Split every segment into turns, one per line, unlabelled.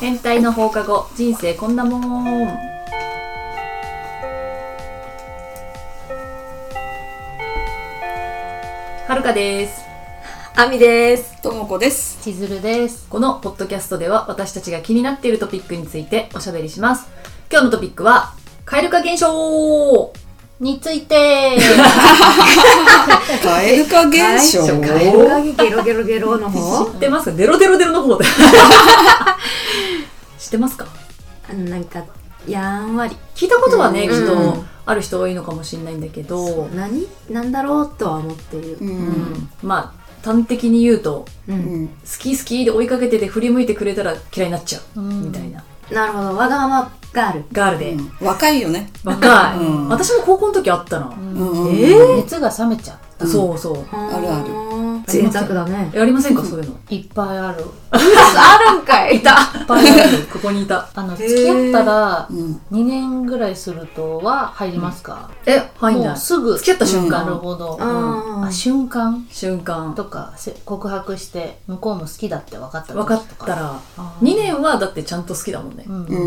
変態の放課後人生こんなもんはるかです
あみです。ともこです。
千鶴です。
このポッドキャストでは私たちが気になっているトピックについておしゃべりします今日のトピックは蛙化現象
について、
カエル化現象。
蛙化
は
現
い。
象
ゲロゲロゲロ の
知ってますかデロデロデロの方で知ってますか
あの、なんか、やんわり。
聞いたことはね、
うん
きっ
う
と
ん
ある人多いのかもしれないんだけど、
何なんだろうとは思ってる。
う。
うんん、まあ端的に言うと
う
う。ん。
好き好きで追いかけてて振り向いてくれたら嫌いになっちゃう、
うん
みたいな
なるほど。わがままガール。
ガールで、
若いよね。
若い、
うん
私も高校の時あったな、
うん
えー
熱が冷めちゃう
うん
そうそう
あるある
る。贅沢だ ね。
やりませんかそういうの
いっぱいある
あるんか
い。たここにいた
あの
へー
付き合ったら
うん。
2年ぐらいするとは入りますか、
え入ん
も
ないう
すぐ
付き合った瞬
な
間
る
の
ほど、
あ
あ瞬間
瞬間
とかせ告白して向こうも好きだって分かった
分かったら
2
2年はだってちゃんと好きだもんね、
うん、
うん。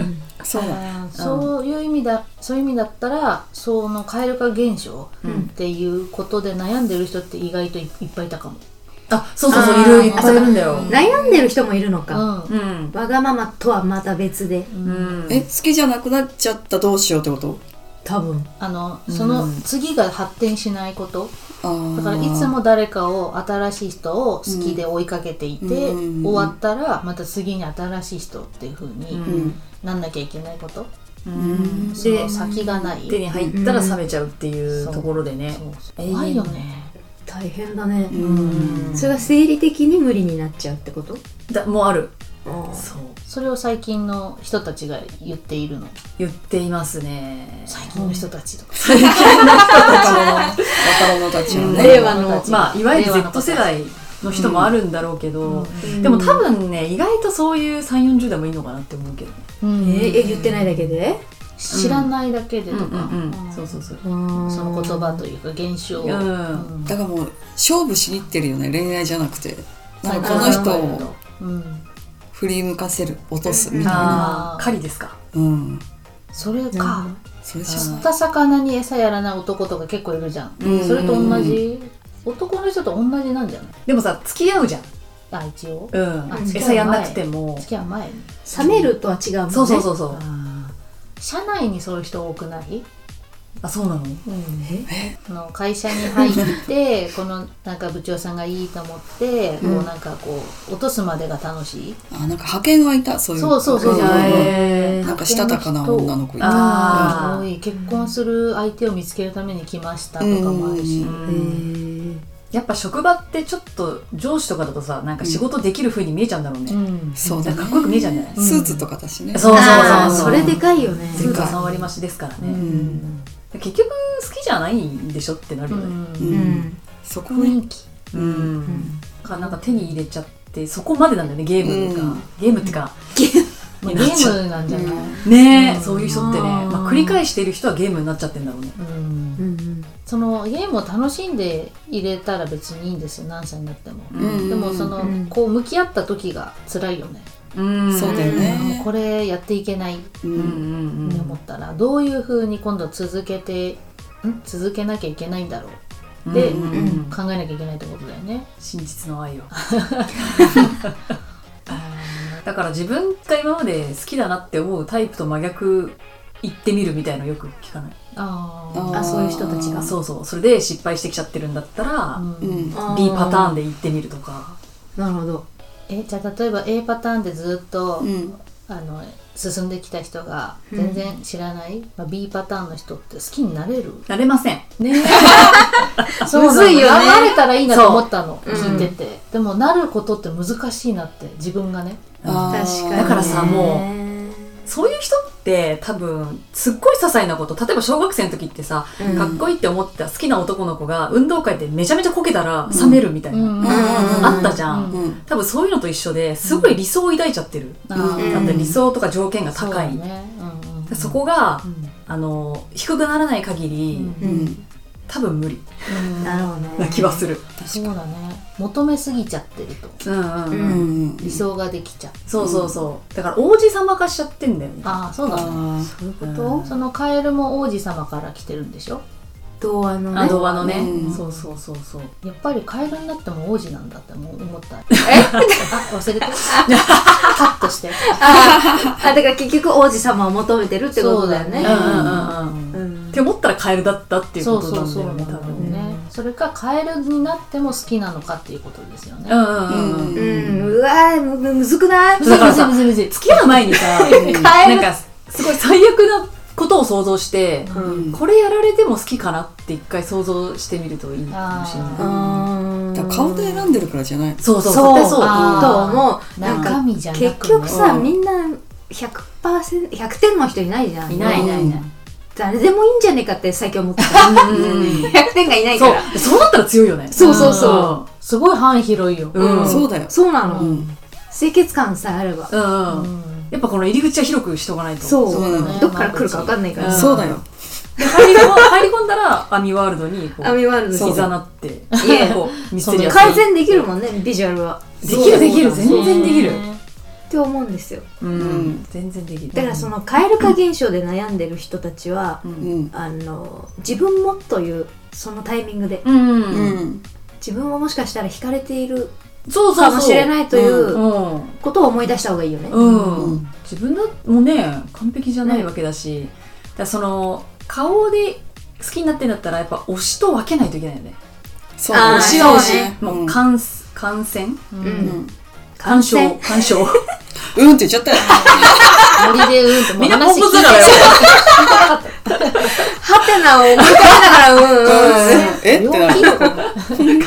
うん
そうだ。
あーそういう意味だそういう意味だったらその蛙化現象っていうことで悩んでる人って意外といいっぱいいたかも、
あそうそうそう
あー
いるいっぱいいるんだよ
悩んでる人もいるの
う
か。
ん
うん
わがままとはまた別で。
うん
え、好きじゃなくなっちゃったどうしようってこと
多分。
あの
うん
その次が発展しないこと、
あー
だからいつも誰かを新しい人を好きで追いかけていて、
うん
終わったらまた次に新しい人っていう風に
うん。
なんなきゃいけないこと、
うん
そ
で
の先がない
手に入ったら冷めちゃうっていうところでね
そうそう
永遠
怖いよね
大変だね。
うん。
それが生理的に無理になっちゃうってこと
だもうある
あ
そう
それを最近の人たちが言っているの
言っていますね
最近の人たちとか、
若者、若者たちは
うん
ね。
令和の
子たち
まあいわゆる
令和の子
Z
たち
世代の人もあるんだろうけど、
うん
でも多分ね意外とそういう3 4 0代もいいのかなって思うけどね、
え
うん
ーえ言ってないだけで
知らないだけでとか、
そうそうそう、
そ
その言葉というか現象を、
うん
うん
だからもう、勝負しに行ってるよね。恋愛じゃなくて。なんかこの
最
人
あ
を
うん
振り向かせる、落とすみたいな。
あー狩りですか
うん。
それ
なる
か
それじゃ
釣った魚に餌やらない男とか結構いるじゃん、
うん
それと同じ男の人と同じなんじゃない
でもさ付き合うじゃん、
あ一応
うん
あ、
餌やんなくても
付き合う前に
冷めるとは違うもんね
そうそうそうそう
社内にそういう人多くない、
あそうなの
あの会社に入って このなんか部長さんがいいと思って、
うん
こうなんかこう落とすまでが楽しい
あ、なんか派遣はいた、そういう。
そうそうそう
うん
へー
なんかしたたかな女の子いた。
あ
多
ー
い結婚する相手を見つけるために来ましたとかもあるし、
う
う
へ
ん
ー
やっぱ職場ってちょっと上司とかだとさなんか仕事できる風に見えちゃうんだろうね、
うん
そうだ
なん
ね
かかっこよく見えちゃうんじゃない、
スーツとかだしね。
そうそう
あー
そう
それでかいよね
全部3割増しですからね、
うん
結局好きじゃないんでしょってなるよ
う
ね
うんんそこね。
雰囲気
うん、かなんか手に入れちゃってそこまでなんだよねゲームが、
うん
ゲームってか
まあゲームなんじゃない、
ねえ、そういう人ってね、
あー
まあ、繰り返している人はゲームになっちゃってんだろうね
うん
うんうん
そのゲームを楽しんで入れたら別にいいんですよ何歳になっても、
うん
でもその、
うん
こう向き合った時が辛いよね、
うん
そうだよ
もう
ね。
これやっていけないっ
う
うんうん
ん
うん
て思ったら、どういうふうに今度続けてん続けなきゃいけないんだろう
うん
で
うん
うん
うん
考えなきゃいけないってことだよね
真実の愛をだから自分が今まで好きだなって思うタイプと真逆行ってみるみたいのよく聞かない
あ
ー
あそういう人たちが
そうそうそれで失敗してきちゃってるんだったら、
あ、うん
うん。
あ
B パターンで行ってみるとか
なるほど
えじゃあ例えば A パターンでずっと、
うん。
あの進んできた人が全然知らない、まあ、B パターンの人って好きになれる
なれません
ね
むずいよね
なれたらいいなと思ったの
そう
聞いてて、でもなることって難しいなって自分がね
あー
確かに
だからさもう
う
そういう人って多分すっごい些細なこと例えば小学生の時ってさ、
うん
かっこいいって思ってた好きな男の子が運動会でめちゃめちゃこけたら冷めるみたいな、
うん
あったじゃん、
うん
うん。
多分そういうのと一緒ですごい理想を抱いちゃってる、
あ
うん
だ
ー
って理想とか条件が
そう
高
だ
い、
ねうんうん
そこが、
うん
あの低くならない限り、
う
うん
ん。
多分無理
うん
なるほどね
な気はする、
そうだね求めすぎちゃってると
うんうんう
うんん
うん
理想ができちゃう、
そうそうそうだから王子様化しちゃってんだよね
ああそうだね
あ
そういうこ
う
と
ん
そのカエルも王子様から来てるんでしょ
童話の
あ
ね
童話のね、
うん
そうそうそうそう
やっぱりカエルになっても王子なんだってもう思ったえあ忘れてカットして
ああだから結局王子様を求めてるってことだよ
そう
う
ね
んうんうんうんっ
うん
て思ったらカエルだったっていう
そ
こ
う
と
そ
な
うん
だ
そう
よね多
なんだろ
分ね
うねそれかカエルになっても好きなのかっていうことですよね
うんうんうん、
うん
うんうわーむむずくない
むずいむずいむずいむずい
付き合う前にさ
カエ
な
ル
んかすごい最悪なことを想像して、
あうん
これやられても好きかなって一回想像してみるといいかもしれ
う
ない
ん
だから顔で選んでるからじゃない
そうそう
そ
絶
う
対そう
あー
と思うなん
中
か
身じゃなくね
結局さ
うん
みんな 100%100 点の人いないじゃん
いないいないいない、
誰でもいいんじゃねえかって最近思ってた100点がいないか
そ
ら
うそうなったら強いよね
そうそうそう
すごい範囲広いよ
うんうん、
そうだよ
そうなの、
うん
清潔感さえあれば、
うんうん
ん
やっぱこの入り口は広くしとかないと
そう
そうなの
ね
どっから来るか分かんないから、
うん
そうだよ
で入り込入り込んだらアミワールドにこ
ア
う
ミワールド
そう
膝なって
いや
こうミステリアス
改善できるもんねビジュアルは
できるできる
そ
全
う
然できる
って思うんですよ
うんん全然できる
だからその蛙化現象で悩んでる人たちは、
う
うんん
あの自分もというそのタイミングで
うん、
うん
自分ももしかしたら惹かれている
そうそうそう
かもしれないといううんことを思い出した方がいいよね、
うん、
うん
自分だもね完璧じゃないわけだし、だからその顔で好きになってんだったらやっぱ推しと分けないといけないよね、
そう
あー
推しは推しね
もう
うん
感感染
うん
う
うん
ん
干渉干渉
うんって言っちゃったよ
森でうんってもう
みんなポン
話聞
コ
い
ツ
て
だからよ
ハテナを思い浮かべながらうんうん
えってなる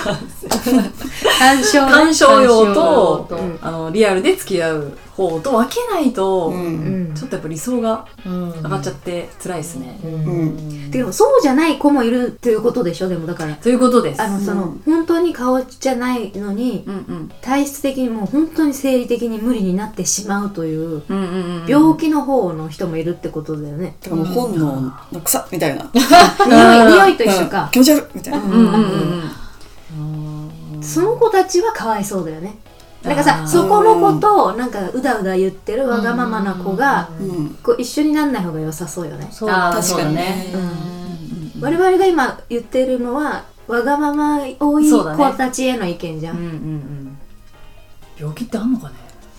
干渉ね
干渉用と
干渉用と
うん
あのリアルで付き合う方と分けないと、
うん
うん
ちょっとやっぱ理想が
うん
上がっちゃって辛いですね、
う
うん
でもそうじゃない子もいるということでしょでもだから
ということです
あのその、
うん
本当に顔じゃないのに
うんうん
体質的にもう本当に生理的に無理になってしまうという
うんうんうん
病気の方の人もいるってことだよね、
てかもう本能の草みたいな
匂い匂いと一緒
うん
か、
気持ち悪いみたいな
うんうんうんうん
その子たちはかわいそうだよねなんか
あー
さそこの子となんかうだうだ言ってるわがままな子が
うん
こう一緒になんない方が良さそうよね
そう
あー
確
そう
か
だ
に
ね
ね
我々が今言ってるのはわがまま多い
そうだね
子たちへの意見じゃ
うん
ん、
うんうん病気ってあんのかね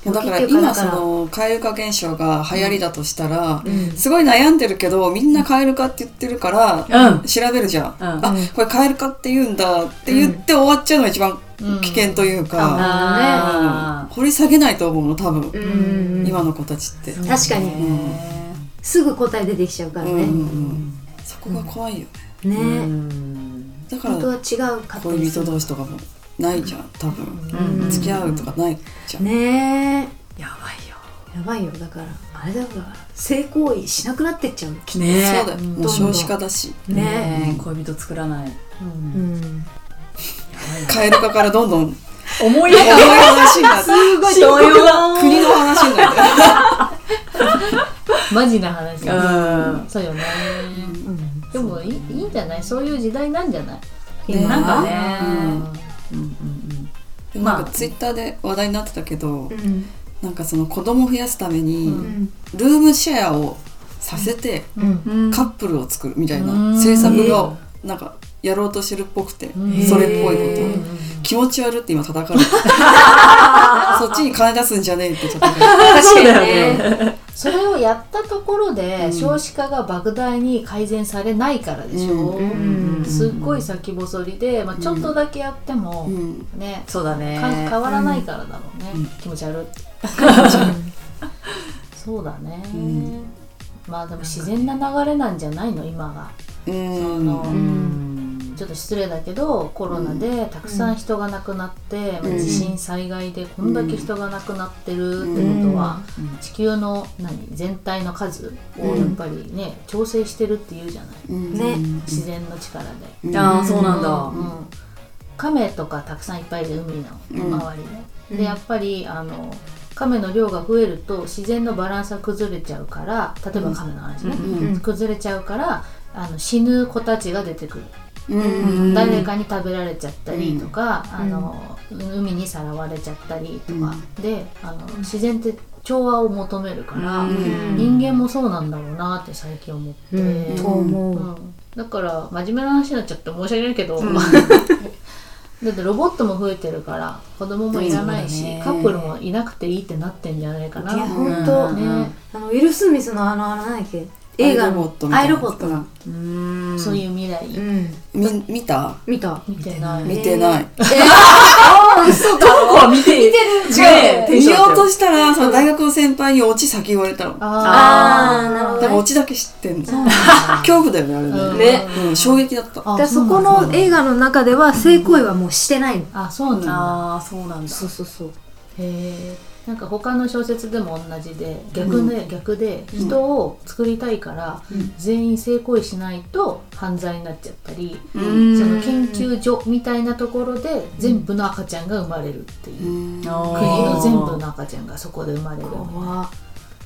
だから今その蛙化現象が流行りだとしたら、すごい悩んでるけどみんな蛙化って言ってるから、
うん
調べるじ
う
ゃん、
ん
あこれ蛙化って言うんだって言って終わっちゃうのが一番危険というか、
あ
掘り下げないと思うの多分、
うんうんうん
今の子たちって、
ー
確かに
ね
すぐ答え出てきちゃうから
うん
ね、
うんそこが怖いよね、
ね、
うん
だか
本当は
ら
違うかったり
恋
す
人
る
同士とかもないじゃん多分、
うん
付き合うとかないじゃん、
ねえ
やばいよ
やばいよだからあれだから性行為しなくなってっちゃうの
ね
そうだよ、もう少子化だし
ね
ねえ恋人作らない
うん
蛙化からどんどん
思い
重い話になって
すご
い動揺が
国の話になる。
マジな話
うん
そうよねでもいいいいんじゃないそういう時代なんじゃない
ね
なんかねうん
でもなんかツイッターで話題になってたけど
う、ん
なんかその子供増やすため
う
に
ん
ルームシェアをさせて
うん
うんうん
カップルを作るみたいな
うん
政策がなんかやろうとしてるっぽくて
うん、
それっぽいこと
へ
を
ー。
気持ち悪って今叩かれてそっちに金出すんじゃねえって叩かれて
確
そうだ
かに
よ
ね
ね
それをやったところ
う
で
ん
少子化が莫大に改善されないからでしょ、
うんうん
すっごい先細りで、まあ、ちょっとだけやっても、
うん
ね
そうだね
か変わらないからだろうね、
うん
気持ち悪いそうだね、
うん
まあでも自然な流れなんじゃないの今が
うん
の
う
うん
ん
ちょっと失礼だけどコロナでたくさん人が亡くなって、
う
まあ
ん
地震災害でこんだけ人が亡くなってるってことは、
うん
地球の何全体の数をやっぱりね、調整してるっていうじゃない
うん
ね
自然の力で。
うん
あーそうなんだ
うん亀とかたくさんいっぱいいる海の周りね、
うん
でやっぱりあの亀の量が増えると自然のバランスが崩れちゃうから例えば亀の話ね、
うん
うん
崩れちゃうからあの死ぬ子たちが出てくる
うん
誰かに食べられちゃったりとか、
ん
あの海にさらわれちゃったりとか、であの
ん
自然って調和を求めるから、
うん
人間もそうなんだろうなって最近思って、
うんと思
う
う。
んだから真面目な話になっちゃって申し訳ないけど、
うん
だってロボットも増えてるから子供もいらないし、
そうだね
カップルもいなくていいってなってんじゃないかな。
いや
ね
本当
うん
あのウィル・スミスのあのあの何だっけ映画
アイロボッ
の
トみた
ア
いなや
イロ
つ
ボットが
うん
そういう未来
うん
み見た
見た
見てない。
見てない、
こは見て見てる違う
見ようとしたらその大学の先輩にオチ先言われたのだか
あ
あーなるほど
らオチだけ知ってんの
そうなんだ
恐怖だよねあれね、
ね
うん、衝撃だった
あ
でそこの映画の中では性行為はもうしてないの
あそうなんだ。
ああそうなんだ
そうそうそう
へーなんか他の小説でも同じで逆で、逆で人を作りたいから、
うん
全員性行為しないと犯罪になっちゃったり、
う
うん
その研究所みたいなところで全部の赤ちゃんが生まれるっていう、
うん
あー
国の全部の赤ちゃんがそこで生まれる
怖っ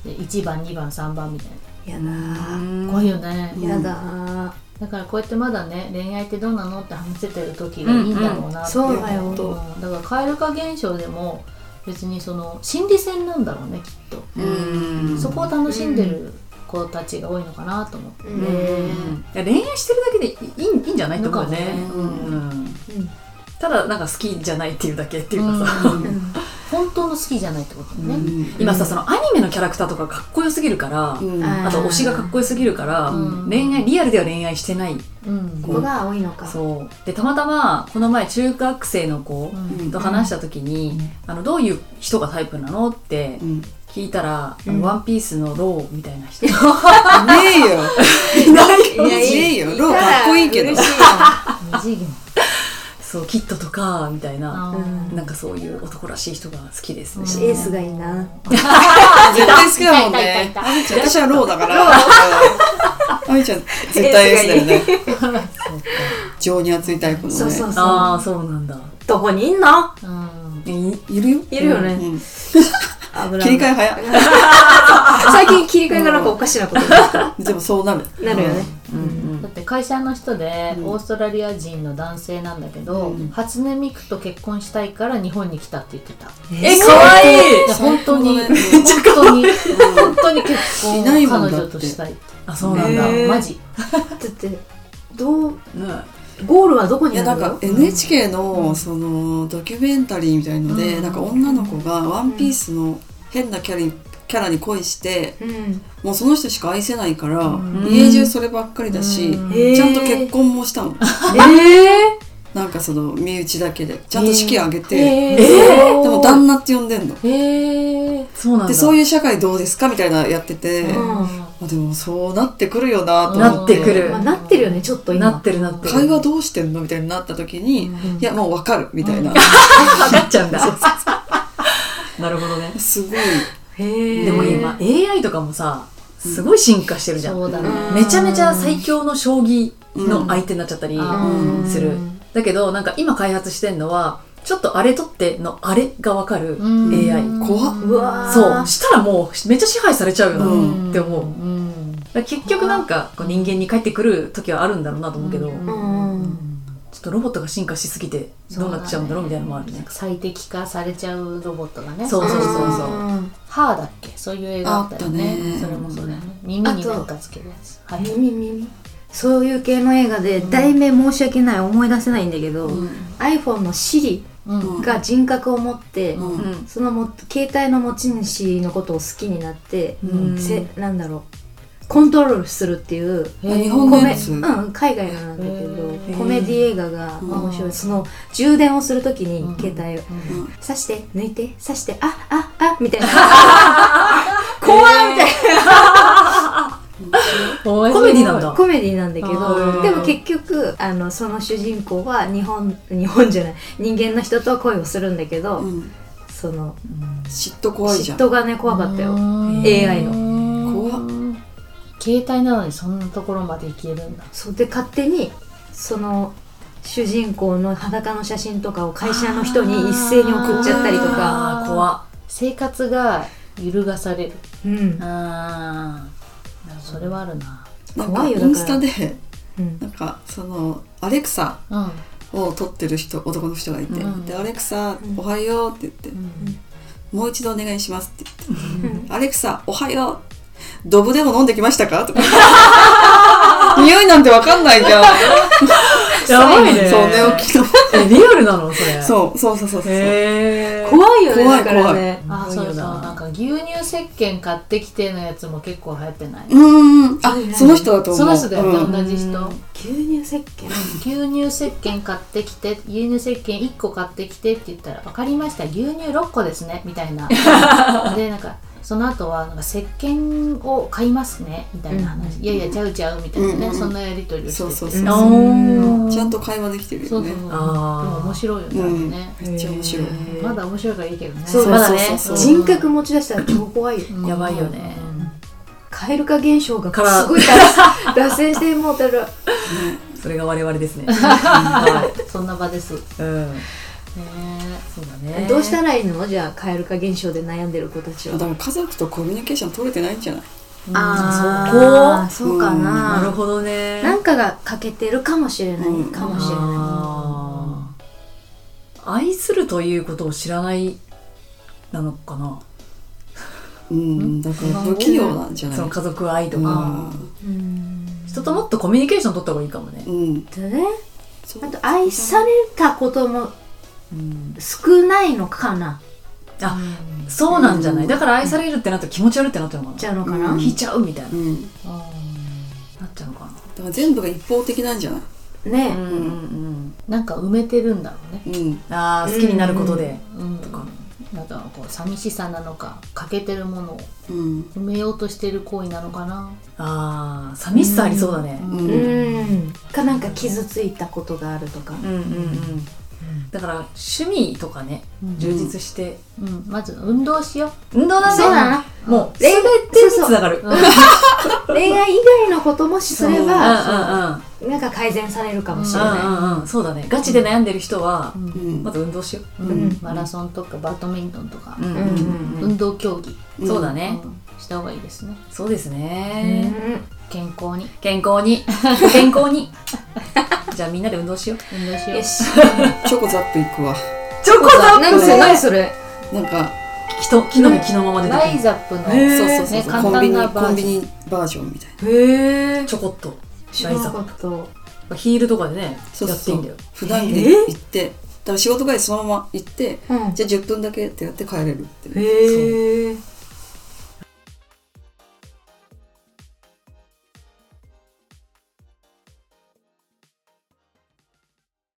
で1番2番3番みたい
やだー
な怖いよね、
うん
やだー
だからこうやってまだね恋愛ってどうなのって話せてる時がいいんだろうなって、
そうだ
本
よ
当
うんだから蛙化現象でも別にその心理戦なんだろうねきっと、
うん
そこを楽しんでる子たちが多いのかなと思って、
う
うん
ん
いや恋愛してるだけでいいいいいんじゃないとかね
なん
かもね
うんただなんか好きじゃないっていうだけっていう
うん
かさ、
本当の好きじゃないってことね、
うん
今さそのアニメのキャラクターとかかっこよすぎるから、
うん
あ
あと推しがかっこよすぎるから、
うん
恋愛リアルでは恋愛してない
うん
ここが青いのか
そうでたまたまこの前中学生の子
うん
と話した時に、あのどういう人がタイプなのって
うんね
聞いたら「あ
うん
のワンピースのローみたいな人
えよ
いない
いやいいよローかっこいいけど
嬉しいよ
二次元
そうキッドとかみたいな、
あー
なんかそういう男らしい人が好きですね、
うん
エースがいいな
絶対好きだもん
いたい
ね
たいたいた
あみちゃん私はローだからあみちゃん絶対エースだよね情に熱いタイプのね
そうそうそ
ああそうなんだ
うどこにいんの
うん
えい
いるよ
いるよね
うん
危ない
切り替え早い
最近切り替えがなんかおかしなことになって
でもそうなる
なるよね
うんうん
だって会社の人で、
うん
オーストラリア人の男性なんだけど、
うん
初音ミクと結婚したいから日本に来たって言ってた、
えかわいい
いや本当に、
最高だ
本
ね
当に本当に結婚
い
を
ない
彼
もんだって
女としたいって
あそうなんだ、
ねえ
マジ
だってどう
ね
ゴールはどこ
い
に
や
あ
な
る
ん
の
か NHK のそのドキュメンタリーみたいので、
うん
なんか女の子が「ワンピースの変なキャラにキャラに恋して
うん
もうその人しか愛せないから、
ん
家中そればっかりだし、
うん
へー
ちゃんと結婚もしたの
え
なんかその身内だけでちゃんと式挙げ
ー
て、
え
でも旦那って呼んでんの
へえ
そうなんだ
でそういう社会どうですかみたいなやってて、
うん
まあ、でもそうなってくるよなと思って
なってくる
まあなってるよねちょっと今
なってるなってる
会話どうしてんのみたいになった時に、
うん
いやもう分かるみたい
分
な、
かっちゃうんだなるほどね
すごい
でも今 AI とかもさすごい進化してるじゃん、
そうだね
うん
めちゃめちゃ最強の将棋の相手になっちゃったり
うん
する、
うん
だけどなんか今開発してんのはちょっとあれ取ってのあれが分かる AI、
怖っ
っ
うわー
そうしたらもうめっちゃ支配されちゃうよ
う
なって思う、だ
ん
から結局なんかこう人間に帰ってくる時はあるんだろうなと思うけど、
うん
ちょ
うん
っとロボットが進化しすぎてどうなっちゃうんだろうみたいなのもあるね
最適化されちゃうロボットがね
そうそうそうそう
うん
ハーだっけそういう映画あったよね
あったね
それもそうだよね耳になんかつけるやつはい
耳耳そういう系の映画で題名申し訳ない思い出せないんだけど iPhone の Siri
うん
が人格を持って
うん
うん
そのも携帯の持ち主のことを好きになって
うん
せなんだろうコントロールするっていう
へー
日本
コ
の
メ
やつ
うん、海外のなんだけ
へー
どコメディ映画が面
う
白
ん
いその充電をするとき
う
に
ん
携帯を
うん
刺して抜いて刺してあああみたいな怖いみたい
コ
コメディなんだ
なコメディなんだけ
あー
どでも結局あのその主人公は日本 日本じゃない人間の人と恋をするんだけど、
うん
その
嫉妬怖いじ
嫉
ゃん
妬がね怖かったよ、
AI
怖
携帯なのにそんなところまでいけるんだ
そうで勝手にその主人公の裸の写真とかを会社の人に一斉に送っちゃったりとか
あー怖
生活が揺るがされる
うん
あ
それはあるな
なん
怖
か
いよだ
イ
から
ンスタで
うん
なんかそのアレクサ
うんうん
を撮ってる人男の人がいて、
うん
でアレクサ
うん
おはようって言って、
うん
もう一度お願いしますって言って、アレクサおはようドブでも飲んできましたかとか匂いなんてわかんないじゃん
やばいね
そう寝起きの
えリアルなのそれう
そうそうそうそうそう、
へえ
怖いよね
怖い
だからね
あそうそうなんか牛乳石鹸買ってきてのやつも結構流行ってない、
うんうんあその人だと思う
その人だよね、
うん
同じ人
牛乳石鹸
牛乳石鹸買ってきて牛乳石鹸1個買ってきてって言ったら「分かりました牛乳6個ですね」みたいなでなんかその後はなんか石鹸を買いますねみたいな話、
うん
いやいやちゃうちゃうみたいなね、
うん
そんなやり取りをして
そう
て
そううそう
あ
そう
ー
ちゃんと会話できてる
そ
よ
うそ
ね
うそうで
あー
も面白いよね、
うん
あれね
めっちゃ面白い
へー
まだ面白いからいいけどね
そう
まだね
そうそうそう
人格持ち出したら超怖いよ
うん
やばいよね
カエル化現象が
から
すごい脱 脱線してもうたら
それが我々 ですね
はいそんな場ですね
うんそうだね
どうしたらいいのじゃあカエル化現象で悩んでる子たち
だ
は
から家族とコミュニケーション取れてないんじゃない
あー
そこ
そうかな
なるほどね
なんかが欠けてるかもしれない
うん
かもしれな
あー愛するということを知らないなのかな
うんだから不器用なんじゃない
その家族愛とか、
いうん
人ともっとコミュニケーション取った方がいいかもね
う、ん、うん、
とね
そう
あと愛されたことも
うん
少ないのかな
あそうなんじゃない、
うん
だから愛されるってなったら気持ち悪いってなっちゃうのか
じ
な
ゃのかな、
うん
引いちゃうみたいな、
うんだ
なっちゃうのか
から全部が一方的なんじゃない
な
ね
うんうん
なんか埋めてるんだろうね
うん
うんああ好きになることで、
うん
とか
なんかこう寂しさなのか欠けてるものを
うん
埋めようとしてる行為なのかな
ああ寂しさありそうだね、
う
うんんかなんか傷ついたことがあるとか
うんうんうんだから趣味とかね
うん
充実して、
うん、まず運動しよ
運動だね
そうだな
もう
恋
全
愛
てにつながる
う。うん
恋愛以外のこともすれ
うん
ば
うんうん
なんか改善されるかもしれ
う
ない、
んうんうん、そうだねガチで悩んでる人は、
う
ま
ん
ず運動しよ
う
うん
ん、マラソンとかバドミントンとか
う、うん
うんうん
運動競技、
うん
そうだね、
うんした方がいいですね
そうです
う
ね、
ん
健康に
健康に健康に じゃあみんなで運動しよう
運動しよう
よし
チョコザップ行くわ
チョコザ
何それ何それ
なんか
人昨日の昨のままで
ライ
で
ザップの
へー
そうそうそう
ね
そう
簡
コンビ
単
ニ
なバ
コ
ー
ンビ
ジョン
ニバージョンみたいな
きるへえちょこっと
知
ラ
ら
イ
な
ザ
かった
ヒールとかでね
そうそう
やって
そ
いい
うん
だよ
普段着で行ってだから仕事帰りそのまま行って
うん
じゃあ10分だけってやって帰れるっていう
へえ